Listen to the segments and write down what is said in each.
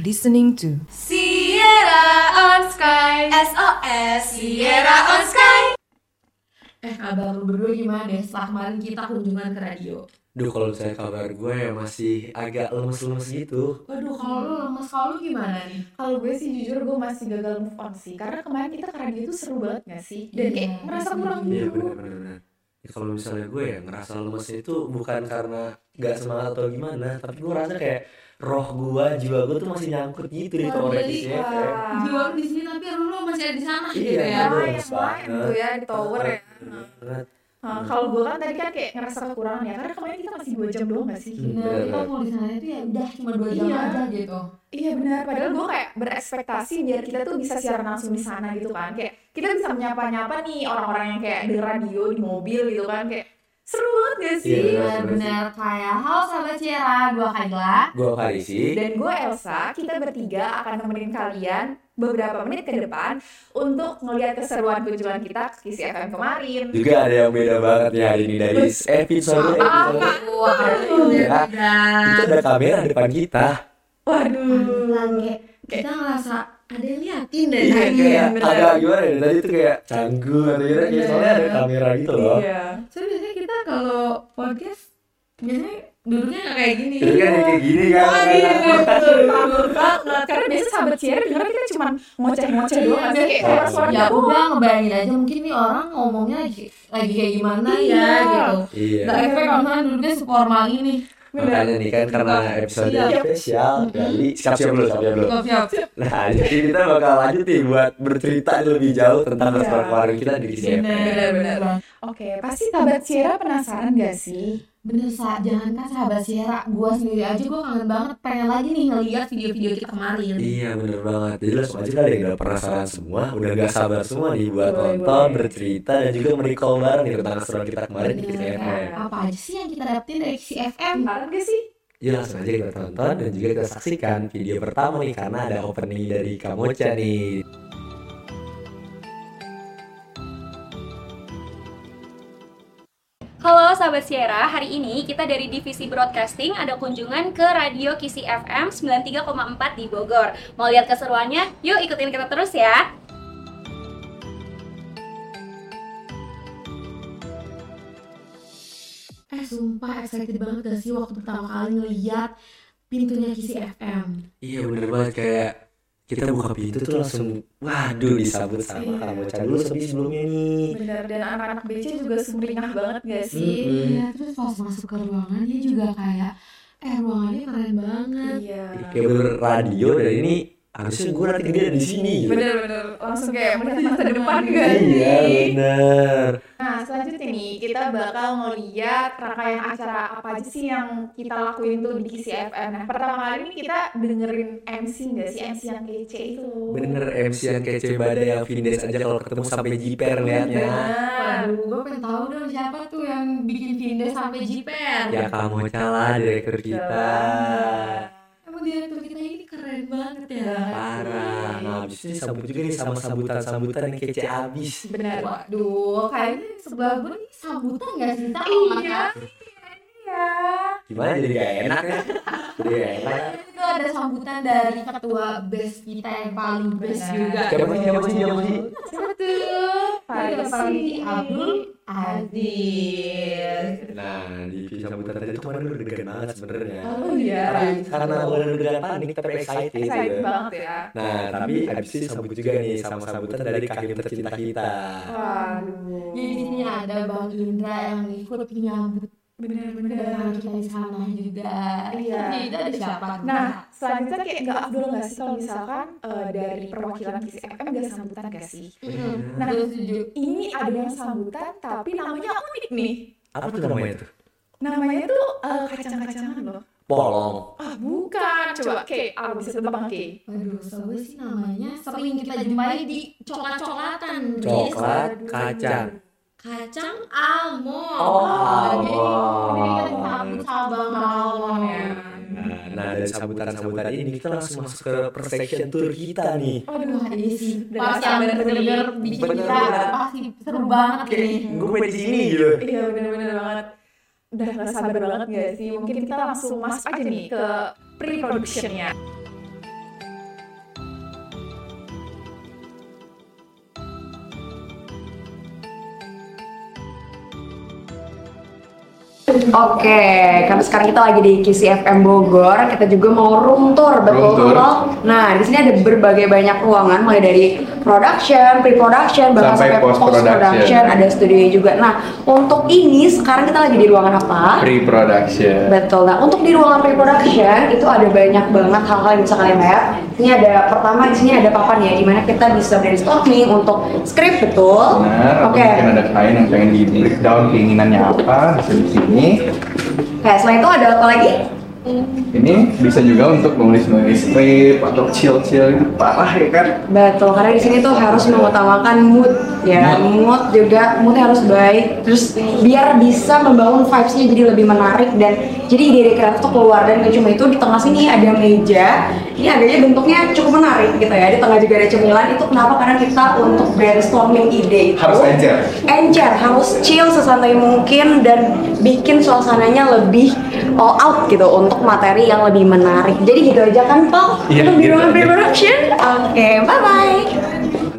listening to Sierra on Sky SOS Sierra on Sky Eh kabar lu berdua gimana deh setelah kemarin kita kunjungan ke radio? Duh kalau saya kabar gue ya masih agak lemes-lemes gitu Waduh kalau lu lemes kalau lu gimana nih? Kalau gue sih jujur gue masih gagal move on sih Karena kemarin kita ke radio itu seru banget gak sih? Dan kayak Iya, merasa seru. kurang Iya dulu benar-benar ya, Kalau misalnya gue ya ngerasa lemes itu bukan karena gak semangat atau gimana Tapi gue rasa kayak roh gue, jiwa gue tuh masih nyangkut gitu di Wah, tongkrongan jadi, di siapa ya. Wah. Jiwa lu di sini tapi lu lu masih ada di sana Iya, gitu ya? bener. Lumayan, lumayan tuh ya di tower ya Bener banget. Nah, Kalau gue kan tadi kan kayak ngerasa kekurangan ya Karena kemarin kita masih 2 jam doang gak sih? Hmm. Nah kita mau di sana itu ya udah cuma dua jam Iya. aja gitu. Iya benar, padahal gue kayak berekspektasi biar kita tuh bisa siaran langsung di sana gitu kan Kayak kita bisa menyapa-nyapa nih orang-orang yang kayak di radio, di mobil gitu kan Kayak seru banget gak sih? Iya, Bener bener kayak Halo sahabat Sierra, gua Kayla Gue Farisi Dan gue Elsa, kita bertiga akan nemenin kalian beberapa menit ke depan untuk ngelihat keseruan kunjungan kita ke Kisi FM kemarin. Juga ada yang beda banget nih hari ini dari episode episode Wah Aduh. beda Itu ada kamera depan kita Pelan-pelan Waduh. kayak kita ngerasa ada yang liatin deh Iya tadi. kayak bener. agak gimana ya Tadi tuh kayak canggung atau gimana kayak Soalnya ada kamera gitu loh Iya. Soalnya biasanya kita kalau podcast biasanya duduknya nggak kayak gini. Itu kan yang kayak gini kan Wah, iya, Nah, Bener banget. Karena biasa sahabat Ciara dengar kita cuma ngoceh-ngoceh doang Iya, nggak sih? kayak biasa. suara-suara Ya nggak udah ngebayangin aja mungkin nih orang ngomongnya lagi, lagi kayak gimana ya Iya. gitu. Iya Gak efek kalau misalnya duduknya seformal ini. Bener. Iya. Makanya nih kan karena episode Siap. spesial dari siap siap dulu siap siap dulu. Siap-siap. Nah jadi kita bakal lanjut nih buat bercerita lebih jauh tentang Iya. restoran keluarga kita di sini. Bener, bener. Oke, pasti sahabat Ciara penasaran gak sih? Bener sa, jangankan sahabat Sierra, gua sendiri aja gua kangen banget pengen lagi nih ngeliat video-video kita kemarin. Iya bener banget. Jadi langsung aja kali yang udah penasaran semua, udah gak sabar semua nih buat Boleh, nonton, boleh. Iya. bercerita dan juga merecall bareng nih tentang restoran kita kemarin di Bener, KCFM. apa aja sih yang kita dapetin dari CFM? Penasaran gak sih? Jadi Iya, langsung aja kita tonton dan juga kita saksikan video pertama nih karena ada opening dari Kamocha nih. Halo sahabat Sierra, hari ini kita dari divisi broadcasting ada kunjungan ke Radio Kisi FM 93,4 di Bogor. Mau lihat keseruannya? Yuk ikutin kita terus ya. Eh sumpah excited banget gak sih waktu pertama kali ngeliat pintunya Kisi FM Iya bener banget kayak kita buka pintu tuh langsung waduh disambut sama Iya. Kamocha dulu sebelum sebelumnya nih. Bener, dan anak-anak BC juga sumringah banget gak sih? Mm-mm. Iya terus pas masuk ke ruangannya juga kayak Eh ruangannya keren banget Iya. kayak bener radio dan ini harusnya gue nanti gede ada di sini gitu. Bener-bener langsung kayak melihat masa depan gak sih? iya bener Nah, selanjutnya nih kita bakal ngeliat rangkaian acara apa aja sih yang kita lakuin tuh di KCFM. Nah, pertama kali ini kita dengerin MC nggak sih? MC yang kece itu. bener MC yang kece badai yang Vindes aja kalau ketemu sampai jiper liatnya Bener. Waduh gue pengen tau dong siapa tuh yang bikin Vindes sampai jiper ya kamu calah direktur kita Emang direktur kita ini keren banget ya parah nah abis itu disambut juga nih sama sambutan-sambutan yang kece abis Bener. Waduh, Oh, kayaknya sebelah gue nih sambutan gak sih? Tau nggak, Iya. Kak? Iya. gimana jadi gak enak ya jadi gak enak Itu ada sambutan dari ketua best kita yang paling best Benar. juga Iya. siapa sih siapa sih siapa sih Siapa tuh? Dari Farisi Abdul Aziz nah di sambutan tadi tuh mana udah degan banget sebenarnya Oh iya. karena bukan degan panik tapi excited Excited gitu. banget ya. Nah, tapi habis itu sambut juga nih sama sambutan dari kahim tercinta kita. Waduh. Jadi di sini ada Bang Indra yang ikut menyambut kedatangan Bener-bener. kita di sana juga Iya. Jadi itu ada siapa? tuh, Kak? Nah, selanjutnya kayak nggak afdol nggak sih kalau misalkan eh, dari perwakilan KCFM nggak sambutan nggak sih? Mm-mm. Nah. Gue setuju Ini ada yang sambutan tapi namanya unik nih. Apa tuh namanya tuh? Namanya tuh eh, kacang-kacangan loh. Polong. Ah bukan, coba K, ah bisa tebak K. Waduh, soalnya sih namanya sering kita jumpai di coklat-coklatan Iya, Jadi Coklat, selalu- kacang. Kacang almond Oh, Jadi, almond. jadi kita disambut sama Bang Almond ya Nah, nah dari sambutan-sambutan ini kita langsung masuk ke per section tour kita nih. Aduh, ini sih Udah pas yang gak iya sabar bener-bener nih. bikin Bener-bener. kita pasti seru banget nih Hmm. Gue pengen di sini gitu. Iya bener-bener banget. Udah gak sabar banget gak sih? Mungkin kita langsung masuk aja nih ke pre-productionnya. Oke, karena sekarang kita lagi di KCFM Bogor, kita juga mau room tour, betul Room tour. Tol? Nah, di sini ada berbagai banyak ruangan, mulai dari production, pre-production, bahkan Sampai sampai, post-production. post-production, ada studionya juga. Nah, untuk ini sekarang kita lagi di ruangan apa? pre-production Betul. Nah, untuk di ruangan pre-production itu ada banyak banget hal-hal yang bisa kalian lihat. Ini ada pertama di sini ada papan ya, di mana kita bisa brainstorming untuk skrip betul. benar atau Oke. mungkin ada klien yang pengen di breakdown keinginannya apa bisa di sini Oke, selain itu ada apa lagi? ini bisa juga untuk nulis-nulis script atau chill-chill itu parah ya kan Betul, karena di sini tuh harus mengutamakan mood ya, mood, juga moodnya harus baik, terus biar bisa membangun vibes-nya jadi lebih menarik dan jadi ide-ide kreatif tuh keluar dan gak cuma itu di tengah sini ada meja, ini agaknya bentuknya cukup menarik gitu ya, di tengah juga ada cemilan itu kenapa karena kita untuk brainstorming ide itu harus encer encer, harus chill sesantai mungkin dan bikin suasananya lebih all out gitu untuk materi yang lebih menarik. Jadi gitu aja kan, Paul? Iya, Untuk di gitu ruangan aja. pre-production. Oke, bye-bye.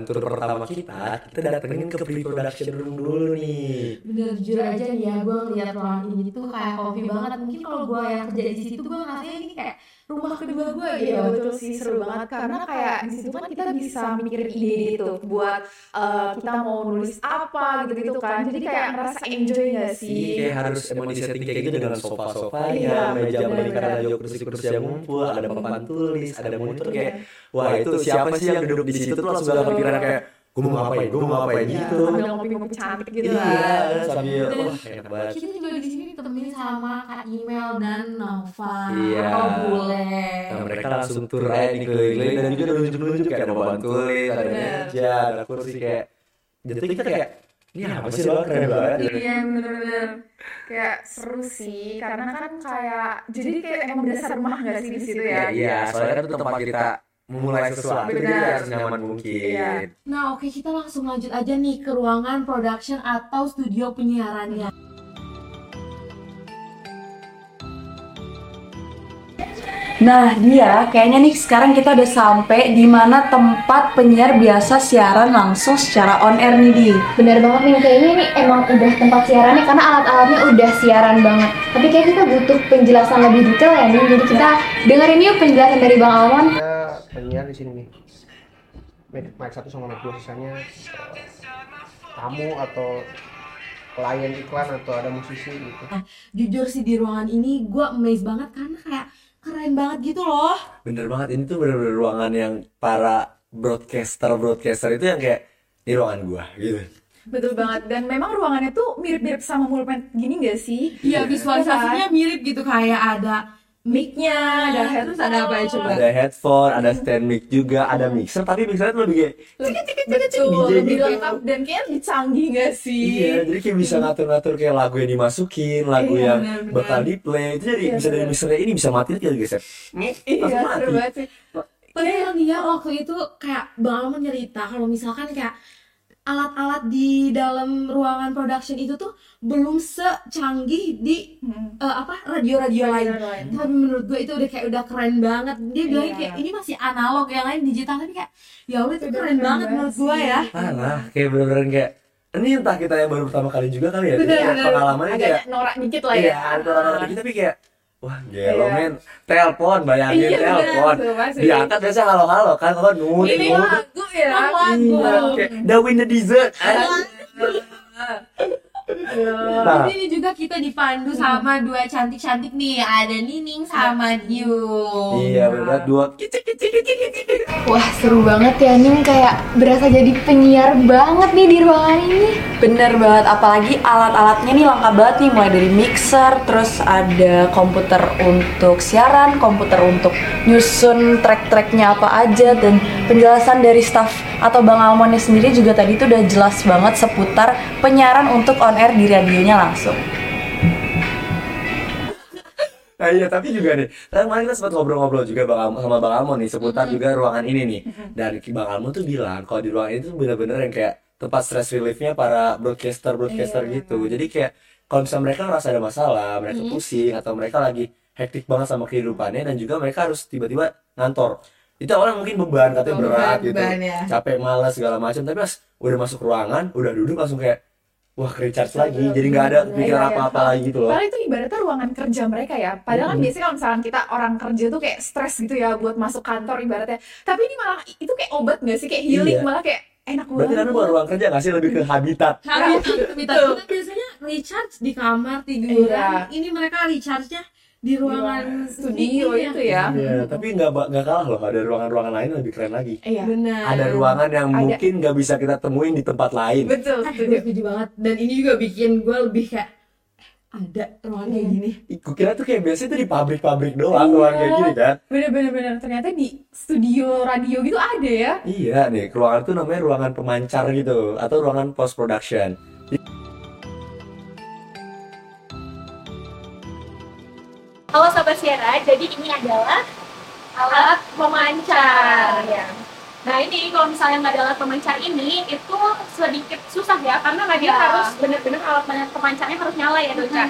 Tur pertama kita, kita datengin ke pre-production room dulu nih. bener jujur aja nih ya gue ngeliat ruangan ini tuh kayak coffee banget mungkin kalau gue yang kerja di situ gue ngerasanya ini kayak rumah kedua gue gitu Iya betul sih seru banget karena kayak di situ kan kita bisa mikirin ide itu buat eh, kita mau nulis apa gitu-gitu kan. Jadi kayak ngerasa enjoy gak Iya, sih? kayak harus emang di setting kayak gitu dengan Iya, sofa-sofanya, meja bener. peningkaran ada kursi-kursi yang ngumpul, ada papan tulis, ada monitor kayak wah itu siapa sih yang duduk di situ tuh langsung dalam pikiran kayak gue mau ngapain, gue mau ngapain gitu. Sambil ngopi-ngopi cantik gitu Iya, kan. sambil wah enak banget. kita juga di sini ditemenin sama kak email dan Nova Iya. atau boleh Nah, mereka langsung tur aja nih keliling dan juga nunjuk-nunjuk kayak ada papan tulis, ada Bener. meja, ada kursi kayak jadi kita kayak ini apa sih lo keren banget. Iya bener-bener kayak seru sih karena kan kayak jadi kayak emang dasar rumah gak sih di situ Ya, ya? iya, soalnya kan itu tempat kita memulai sesuatu jadi Benar. harus nyaman Iya. mungkin. Nah, oke kita langsung lanjut aja nih ke ruangan production atau studio penyiarannya. Nah, dia kayaknya nih sekarang kita udah sampai di mana tempat penyiar biasa siaran langsung secara on air nih, Di. Bener banget nih, kayaknya ini emang udah tempat siarannya karena alat-alatnya udah siaran banget. Tapi kayak kita butuh penjelasan lebih detail ya nih, jadi kita dengerin yuk penjelasan dari Bang Alwan. kita penyiar di sini nih mic, mic satu sama mic dua sisanya eh, tamu atau klien iklan atau ada musisi gitu Jujur sih di ruangan ini gue amazed banget karena kayak keren banget gitu loh. Bener banget, ini tuh bener-bener ruangan yang para broadcaster-broadcaster itu yang kayak ini ruangan gua gitu. Betul banget dan memang ruangannya tuh mirip-mirip sama mulpen gini gak sih? Iya, visualisasinya mirip gitu kayak ada mic-nya, ada head, terus ada apa ya coba? Ada headphone, ada stand mic juga, ada mixer, tapi mixernya tuh lebih kayak Betul, DJ lebih gitu. lengkap dan kayaknya lebih canggih gak sih? Iya, jadi kayak bisa ngatur-ngatur kayak lagu yang dimasukin, lagu Iya, yang benar-benar. bakal di play. Itu jadi Iya, bisa dari benar. mixernya ini bisa mati lagi guys ya. Iya, Langsung seru mati. banget sih. Padahal nih ya waktu itu kayak Bang Alman cerita kalau misalkan kayak alat-alat di dalam ruangan production itu tuh belum secanggih di Hmm. eh, apa radio-radio lain. tapi menurut gue itu udah kayak udah keren banget dia bilangnya Iya. kayak ini masih analog yang lain digital tapi kayak ya udah itu Udah keren keren banget banget menurut gue sih. ya Parah, kayak bener-bener kayak ini entah kita yang baru pertama kali juga kali ya. Jadi Benar, kayak benar. pengalamannya Agak kayak norak dikit lah ya. iya, antara kita tapi kayak wah gelo Iya. men, telepon bayangin Iya, benar, telepon. betul banget sih. Diangkat biasa halo-halo kan kalau nut. Ini nut. lagu ya. lagu Iya, kayak, The win the dessert. Ah. Nah, Terus ini juga kita dipandu sama dua cantik-cantik nih ada Nining sama Diu iya benar dua kicik kicik kicik kicik. Wah seru banget ya Nim, kayak berasa jadi penyiar banget nih di ruangan ini. Bener banget, apalagi alat-alatnya nih lengkap banget nih Mulai dari mixer, terus ada komputer untuk siaran Komputer untuk nyusun track-tracknya apa aja Dan penjelasan dari staff atau Bang Almonnya sendiri juga tadi tuh udah jelas banget Seputar penyiaran untuk on air di radionya langsung Nah, iya, tapi juga nih, kan kemarin kita sempat ngobrol-ngobrol juga Bang Am- sama Bang Almo nih seputar juga ruangan ini nih. Dan Ki- Bang Almo tuh bilang kalau di ruangan ini tuh bener-bener yang kayak tempat stress reliefnya para broadcaster-broadcaster gitu. Jadi kayak kalau misalnya mereka ngerasa ada masalah, mereka pusing atau mereka lagi hektik banget sama kehidupannya dan juga mereka harus tiba-tiba ngantor. Itu awalnya mungkin beban katanya berat gitu. beban ya. Capek, malas segala macam, tapi pas udah masuk ruangan, udah duduk langsung kayak wah ke recharge lagi jadi nggak ada pikiran Iya, iya. apa-apa lagi gitu loh Padahal itu ibaratnya ruangan kerja mereka ya. Padahal kan Mhm. biasanya kalau misalkan kita orang kerja tuh kayak stres gitu ya buat masuk kantor ibaratnya. Tapi ini malah itu kayak obat nggak sih? Kayak healing Iya. malah kayak enak banget. berarti karena bukan ruang kerja nggak sih lebih ke habitat Iya. Kita juga biasanya recharge di kamar tiduran. Iya. Ini mereka recharge-nya di ruangan studio meeting itu ya. Iya, tapi nggak ba- nggak kalah loh ada ruangan-ruangan lain yang lebih keren lagi Iya. Benar. ada ruangan yang Ada. mungkin nggak bisa kita temuin di tempat lain Betul, Eh, setuju. gue setuju banget. Dan ini juga bikin gue lebih kayak ada ruangan kayak gini. Ih, gua kira tuh kayak biasanya tuh di pabrik-pabrik doang ruangan kayak gini kan Bener-bener bener. Ternyata di studio radio gitu ada ya. Iya nih, ruangan itu namanya ruangan pemancar gitu atau ruangan post production. Halo Sobat Sierra, jadi ini adalah alat pemancar. ya. Nah ini kalau misalnya nggak ada alat pemancar ini, itu sedikit susah ya, karena radio Iya. harus benar-benar alat peman- pemancarnya harus nyala ya Doca.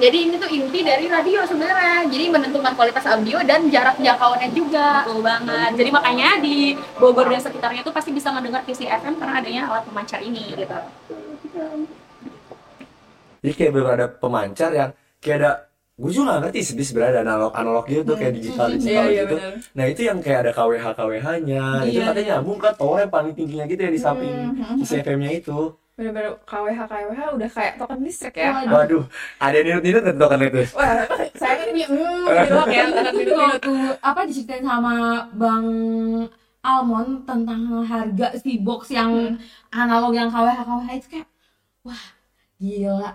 Jadi ini tuh inti dari radio sebenarnya, jadi menentukan kualitas audio dan jarak jangkauannya juga. Betul banget. Jadi makanya di Bogor dan sekitarnya tuh pasti bisa mendengar visi FM karena adanya alat pemancar ini gitu. Jadi kayak bener ada pemancar yang kayak ada gue juga gak ngerti sih sebenarnya ada analog analog gitu tuh kayak digital digital gitu. Iya, benar. Nah itu yang kayak ada KWH KWH-nya, itu Iya. katanya nyambung ke tower yang paling tingginya gitu ya di samping Mhm. si FM-nya itu. Bener-bener KWH KWH udah kayak token listrik Iya. ya. Waduh, ada yang nirut-nirut tentu kan itu. Wah, saya kan ini mm, gitu doang ya. Itu tuh waktu apa diceritain sama Bang Almond tentang harga si box Hmm. yang analog yang KWH KWH itu kayak wah gila.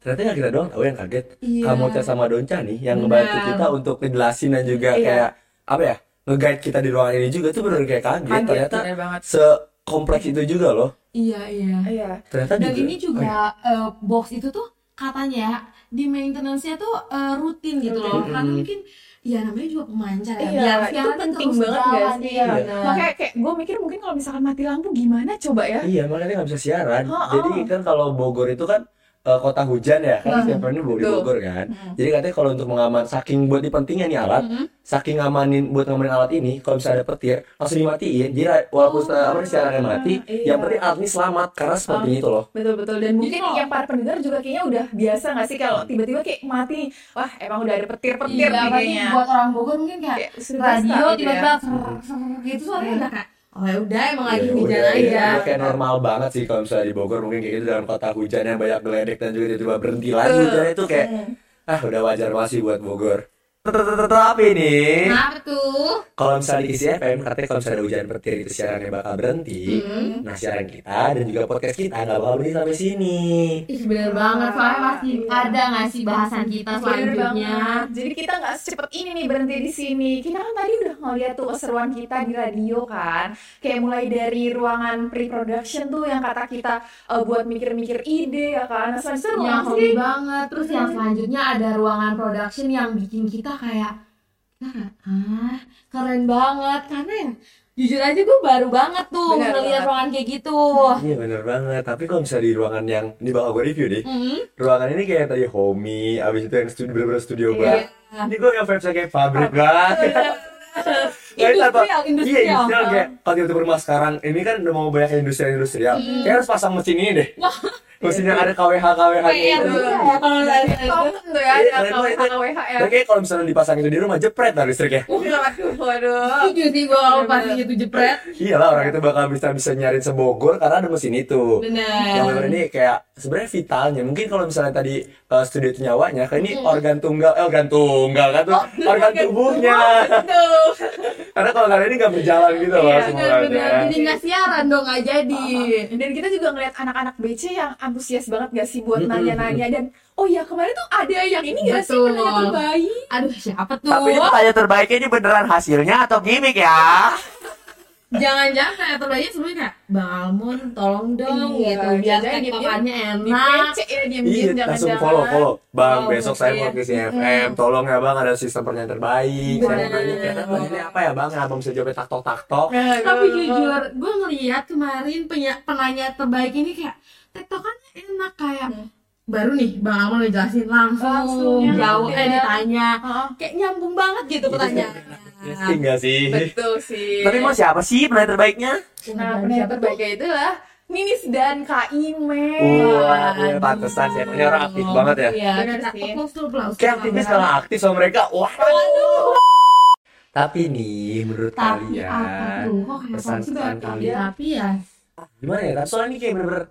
Ternyata nggak kita doang tahu yang kaget. Iya. Kamocha sama Donca nih yang ngebantu Benar. kita untuk ngejelasin dan juga Iya. kayak apa ya nge-guide kita di ruangan ini juga tuh bener kayak kaget. Kaget, Iya, Ternyata bener banget. sekompleks itu juga loh. Iya iya. Iya. Ternyata Dan juga. Oh, iya. ini juga eh, box itu tuh katanya ya, di maintenance-nya tuh eh, rutin gitu loh. Rutin. Karena mungkin ya namanya juga pemancar ya. Iya, Biar itu siaran penting terus banget jalan, gak sih? iya, Iya. benar. Makanya kayak gue mikir mungkin kalau misalkan mati lampu gimana coba ya? Iya, makanya nggak bisa siaran. Ha-ha. Jadi kan kalau Bogor itu kan eh, kota hujan ya, kan setiap hari di betul. Bogor kan. Hmm. Jadi katanya kalau untuk mengaman, saking buat ini pentingnya nih alat, saking ngamanin buat ngamanin alat ini, kalau misalnya ada petir, langsung dimatiin. Jadi walaupun eh, apa siarannya mati, iya. yang penting alat ini selamat karena sepertinya itu loh. Betul-betul dan mungkin Jadi kalau- yang para pendengar juga kayaknya udah biasa gak sih kalau tiba-tiba kayak mati nih. Wah, emang udah ada petir-petir Iya, nih tapi kayaknya. buat orang Bogor mungkin kayak Kayak sudah radio biasa gitu ya. tiba-tiba ser- ser- gitu suaranya udah kayak oh ya udah emang lagi Ya hujan udah, aja ya, kayak normal banget sih kalau misalnya di Bogor mungkin kayak gitu dalam kota hujan yang banyak geledek dan juga tiba-tiba berhenti lagi Betul. hujannya itu kayak Hmm. ah udah wajar banget sih buat Bogor. Tapi nih, Kenapa tuh? kalau misalnya di Kisi FM katanya kalau misalnya ada hujan petir itu siarannya bakal berhenti Mm-hmm. nah siaran kita dan juga podcast kita nggak bakal berhenti sampai sini Ih bener banget, soalnya masih Iya. ada gak sih bahasan kita Bener selanjutnya banget. Jadi kita nggak secepat ini nih berhenti di sini. Kita kan tadi udah ngeliat tuh keseruan kita di radio kan. Kayak mulai dari ruangan pre-production tuh yang kata kita eh, buat mikir-mikir ide ya kan. Nah, Selanjutnya ruangan Yang apa Iya, hobi sih? banget, terus yang selanjutnya ada ruangan production yang bikin kita kayak ah keren banget karena yang jujur aja gue baru banget tuh Bener ngeliat banget. ruangan kayak gitu iya bener banget tapi kalau misalnya di ruangan yang ini bakal gue review deh Mm-mm. ruangan ini kayak tadi homey abis itu yang studio bener-bener studio Iya. banget ini gue yang vibes kayak pabrik banget Nah, ini tanpa- Industrial, Iya, industrial. industrial kayak kalau tiba-tiba rumah sekarang ini kan udah mau banyak industrial-industrial. Mm-hmm. Kayak harus pasang mesin ini deh. Mesin yang ada KWH KWH PR gitu. juga ya kalau nggak ada itu. Top tuh ya, Iya, ada keren banget. KWH ya. Tapi kayak kalau misalnya dipasang itu di rumah jepret lah listriknya. Waduh, waduh. Setuju sih gue kalau pasti itu jepret Iyalah orang itu bakal bisa bisa nyari sebogor karena ada mesin itu. Yang Bener Iya, bener ini kayak sebenarnya vitalnya. Mungkin kalau misalnya tadi eh, studio itu nyawanya, kayak ini organ tunggal, eh, organ tunggal kan tuh, organ tubuhnya. Tuh. karena kalau nggak ada ini nggak berjalan gitu loh Iya, semuanya. bener-bener. Jadi nggak siaran dong, nggak jadi Dan kita juga ngeliat anak-anak BC yang antusias banget gak sih buat Mm-mm. nanya-nanya dan oh ya kemarin tuh ada yang ini gak sih Betul. penanya terbaik Aduh siapa tuh? Tapi ini pertanyaan terbaiknya ini beneran hasilnya atau gimmick ya? Jangan-jangan kayak terbaiknya sebelumnya kayak Bang Almon tolong dong gitu Iya, Biar jangan-jangan dia- tektokannya di enak PC ya diam Iya, langsung follow follow. Bang, Follow, besok saya iya. mau ke CFM, tolong ya Bang ada sistem pertanyaan terbaik. Saya mau nanya kira-kira pertanyaannya apa ya Bang? Abang bisa jawabnya tak tok tak tok. Tapi jujur gue ngeliat kemarin penya- penanya terbaik ini kayak Tektokannya enak kayak Baru nih Bang Almon ngejelasin Langsung, langsung ya. Jauh eh Iya. ditanya Kayak nyambung banget Iya, gitu pertanyaannya Enggak Iya sih. betul sih Tapi mau siapa sih penanya terbaiknya? nah penanya terbaik ya itulah Ninis dan Kak Ime. Wah, ya, pantesan sih. Ini orang aktif banget ya. Iya, Bener kita sih. applause dulu, applause Kayak dulu, aktivis Bang. kalau aktif sama mereka, wah. Tapi nih, menurut Tapi kalian, apa tuh? Kok Oh, ya, kayak pesan-pesan sih banget kalian? Tapi ya, gimana ya? Tapi soalnya ini kayak bener-bener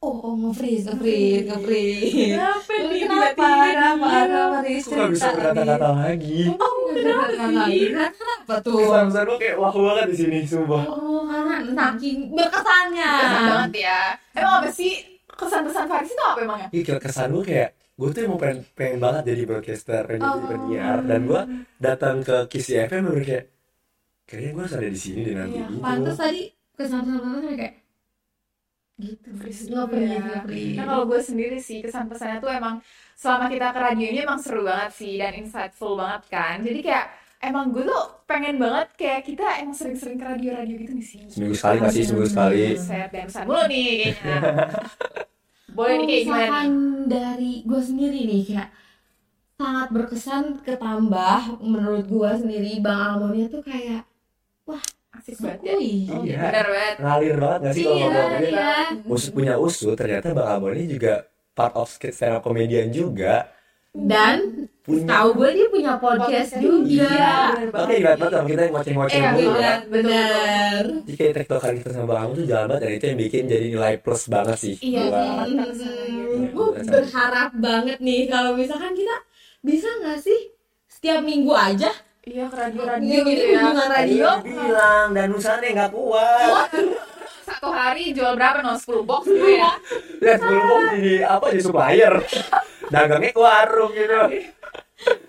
oh, oh nge-freeze, nge-freeze, nge-freeze. Kenapa Lu nih Kenapa? Kenapa? tiba-tiba dia? Kenapa? Riz? aku nggak bisa Cerita, Riz. berkata-kata lagi. Oh, kenapa sih? Kenapa tuh? Pesan-pesan gue kayak wah banget di sini, sumpah. Oh, karena saking berkesannya. Kesan banget ya. Emang apa sih kesan-kesan Faris itu apa emang ya? Iya, kayak kesan gue kayak gue tuh emang pengen, pengen banget jadi broadcaster, pengen jadi Oh. penyiar dan gue datang ke Kiss FM bener kayak kayaknya gue harus ada di sini deh nanti gitu. Pantes tadi kesan-kesan kayak gitu. Iya. Nah, kalau gue sendiri sih kesan pesannya tuh emang selama kita ke radio ini emang seru banget sih dan insightful banget kan. Jadi kayak emang gue tuh pengen banget kayak kita emang sering-sering ke radio-radio gitu nih sih. Seminggu sekali nggak sih? Seminggu sekali. Set dan pesan mulu nih kayaknya. Boleh nih kayak gimana nih? misalkan dari gue sendiri nih kayak sangat berkesan ketambah menurut gue sendiri Bang Almonia tuh kayak Asik banget ya. sukui. Oh, Iya. Bener banget. Ngalir banget gak sih kalau gitu? Iya, ngomong ini? iya. Usut punya usut, ternyata Bang Amon ini juga part of stand up comedian juga. Dan Punya tahu gue dia punya podcast Iya. juga. bener Makanya gila banget sama kita yang ngoceh-ngoceh Iya, mulu iya. ya. Benar. Jadi kayak tektokan kita sama Bang Amon tuh jalan banget dan itu yang bikin jadi nilai plus banget sih. Iya, buat- Mantap sekali. Iya, Gue berharap banget nih kalau misalkan kita bisa nggak sih setiap minggu aja Iya Ini ke radio-radio gitu ya. hubungan Tadi radio aku bilang dan usahanya nggak kuat. Satu hari jual berapa? No 10 box gitu ya. Lihat belum jadi apa jadi supplier. Dagangnya ke warung gitu. Akhirnya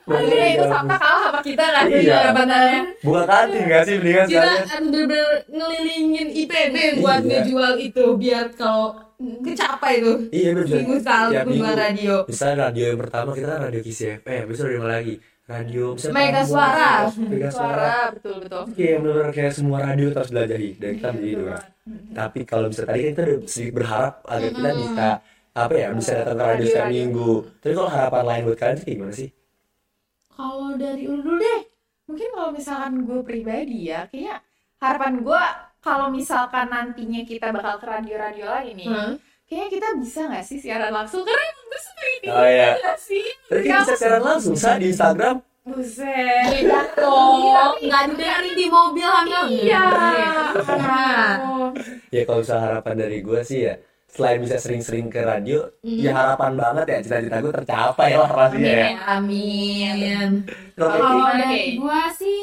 Iya, itu Sabta kalah sama kita kan sih Iya. jabatannya. Buka kantin nggak sih mendingan kita sekalian. harus bener-bener ngelilingin IPB buat Iya. ngejual itu biar kalau kecapai itu Iya bener. minggu sekali Tiap kunjungan minggu. radio Misalnya radio yang pertama kita kan radio KCFM, eh, besok ada yang lagi radio misalnya Mega Prambors, Suara. Mega Suara. Suara betul-betul. Iya, yang benar kayak semua radio itu harus dilajahi dan Iya, kita menjadi dua. Tapi kalau bisa tadi kan kita udah sedikit berharap agar kita bisa apa ya bisa datang ke radio setiap Radio-radio. minggu. Tapi kalau harapan lain buat kalian sih kayak gimana sih? kalau dari lu dulu deh mungkin kalau misalkan gue pribadi ya kayaknya harapan gue kalau misalkan nantinya kita bakal ke radio-radio lagi nih Hmm. kayaknya kita bisa nggak sih siaran langsung karena emang gue suka ini Oh, iya. Gila sih Tapi kita bisa siaran langsung sa di Instagram. buset beda dong Iya. nggak dari di mobil hanya iya Nah. Oh. Ya kalau misalnya harapan dari gue sih ya selain bisa sering-sering ke radio, ya harapan banget ya cita-cita gue tercapai lah pastinya ya. gitu. amin Oke. kalau Gimana, dari Kay? gua sih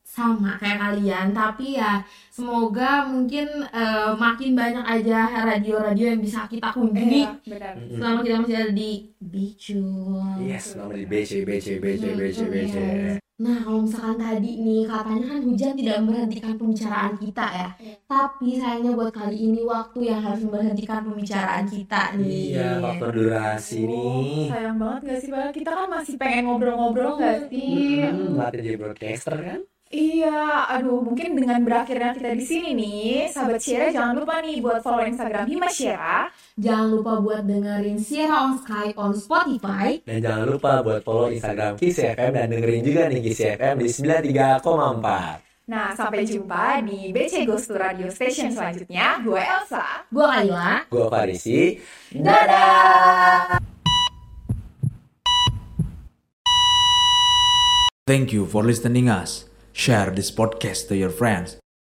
sama kayak kalian tapi ya semoga mungkin eh, makin banyak aja radio-radio yang bisa kita kunjungi Iya, benar Mm-mm. selama kita masih ada di Bicul. Yes, Hmm, nama di BC, BC, BC, BC, BC. Nah, kalau misalkan tadi nih katanya kan hujan tidak memberhentikan pembicaraan kita ya. Iya. Tapi sayangnya buat kali ini waktu yang harus memberhentikan pembicaraan kita nih. Iya, faktor durasi Oh, nih. sayang banget gak sih padahal kita kan masih pengen ngobrol-ngobrol gak sih Hmm, latih jadi broadcaster kan? Iya, aduh mungkin dengan berakhirnya kita di sini nih, sahabat Syira jangan lupa nih buat follow Instagram Hima Syira. Jangan lupa buat dengerin Sierra on Sky on Spotify. Dan jangan lupa buat follow Instagram KCFM dan dengerin juga nih KCFM di 93,4. Nah, sampai jumpa di BC Ghost to Radio Station selanjutnya. Gue Elsa. Gua Kayla. Gua Farisi. Thank you for listening us. Share this podcast to your friends.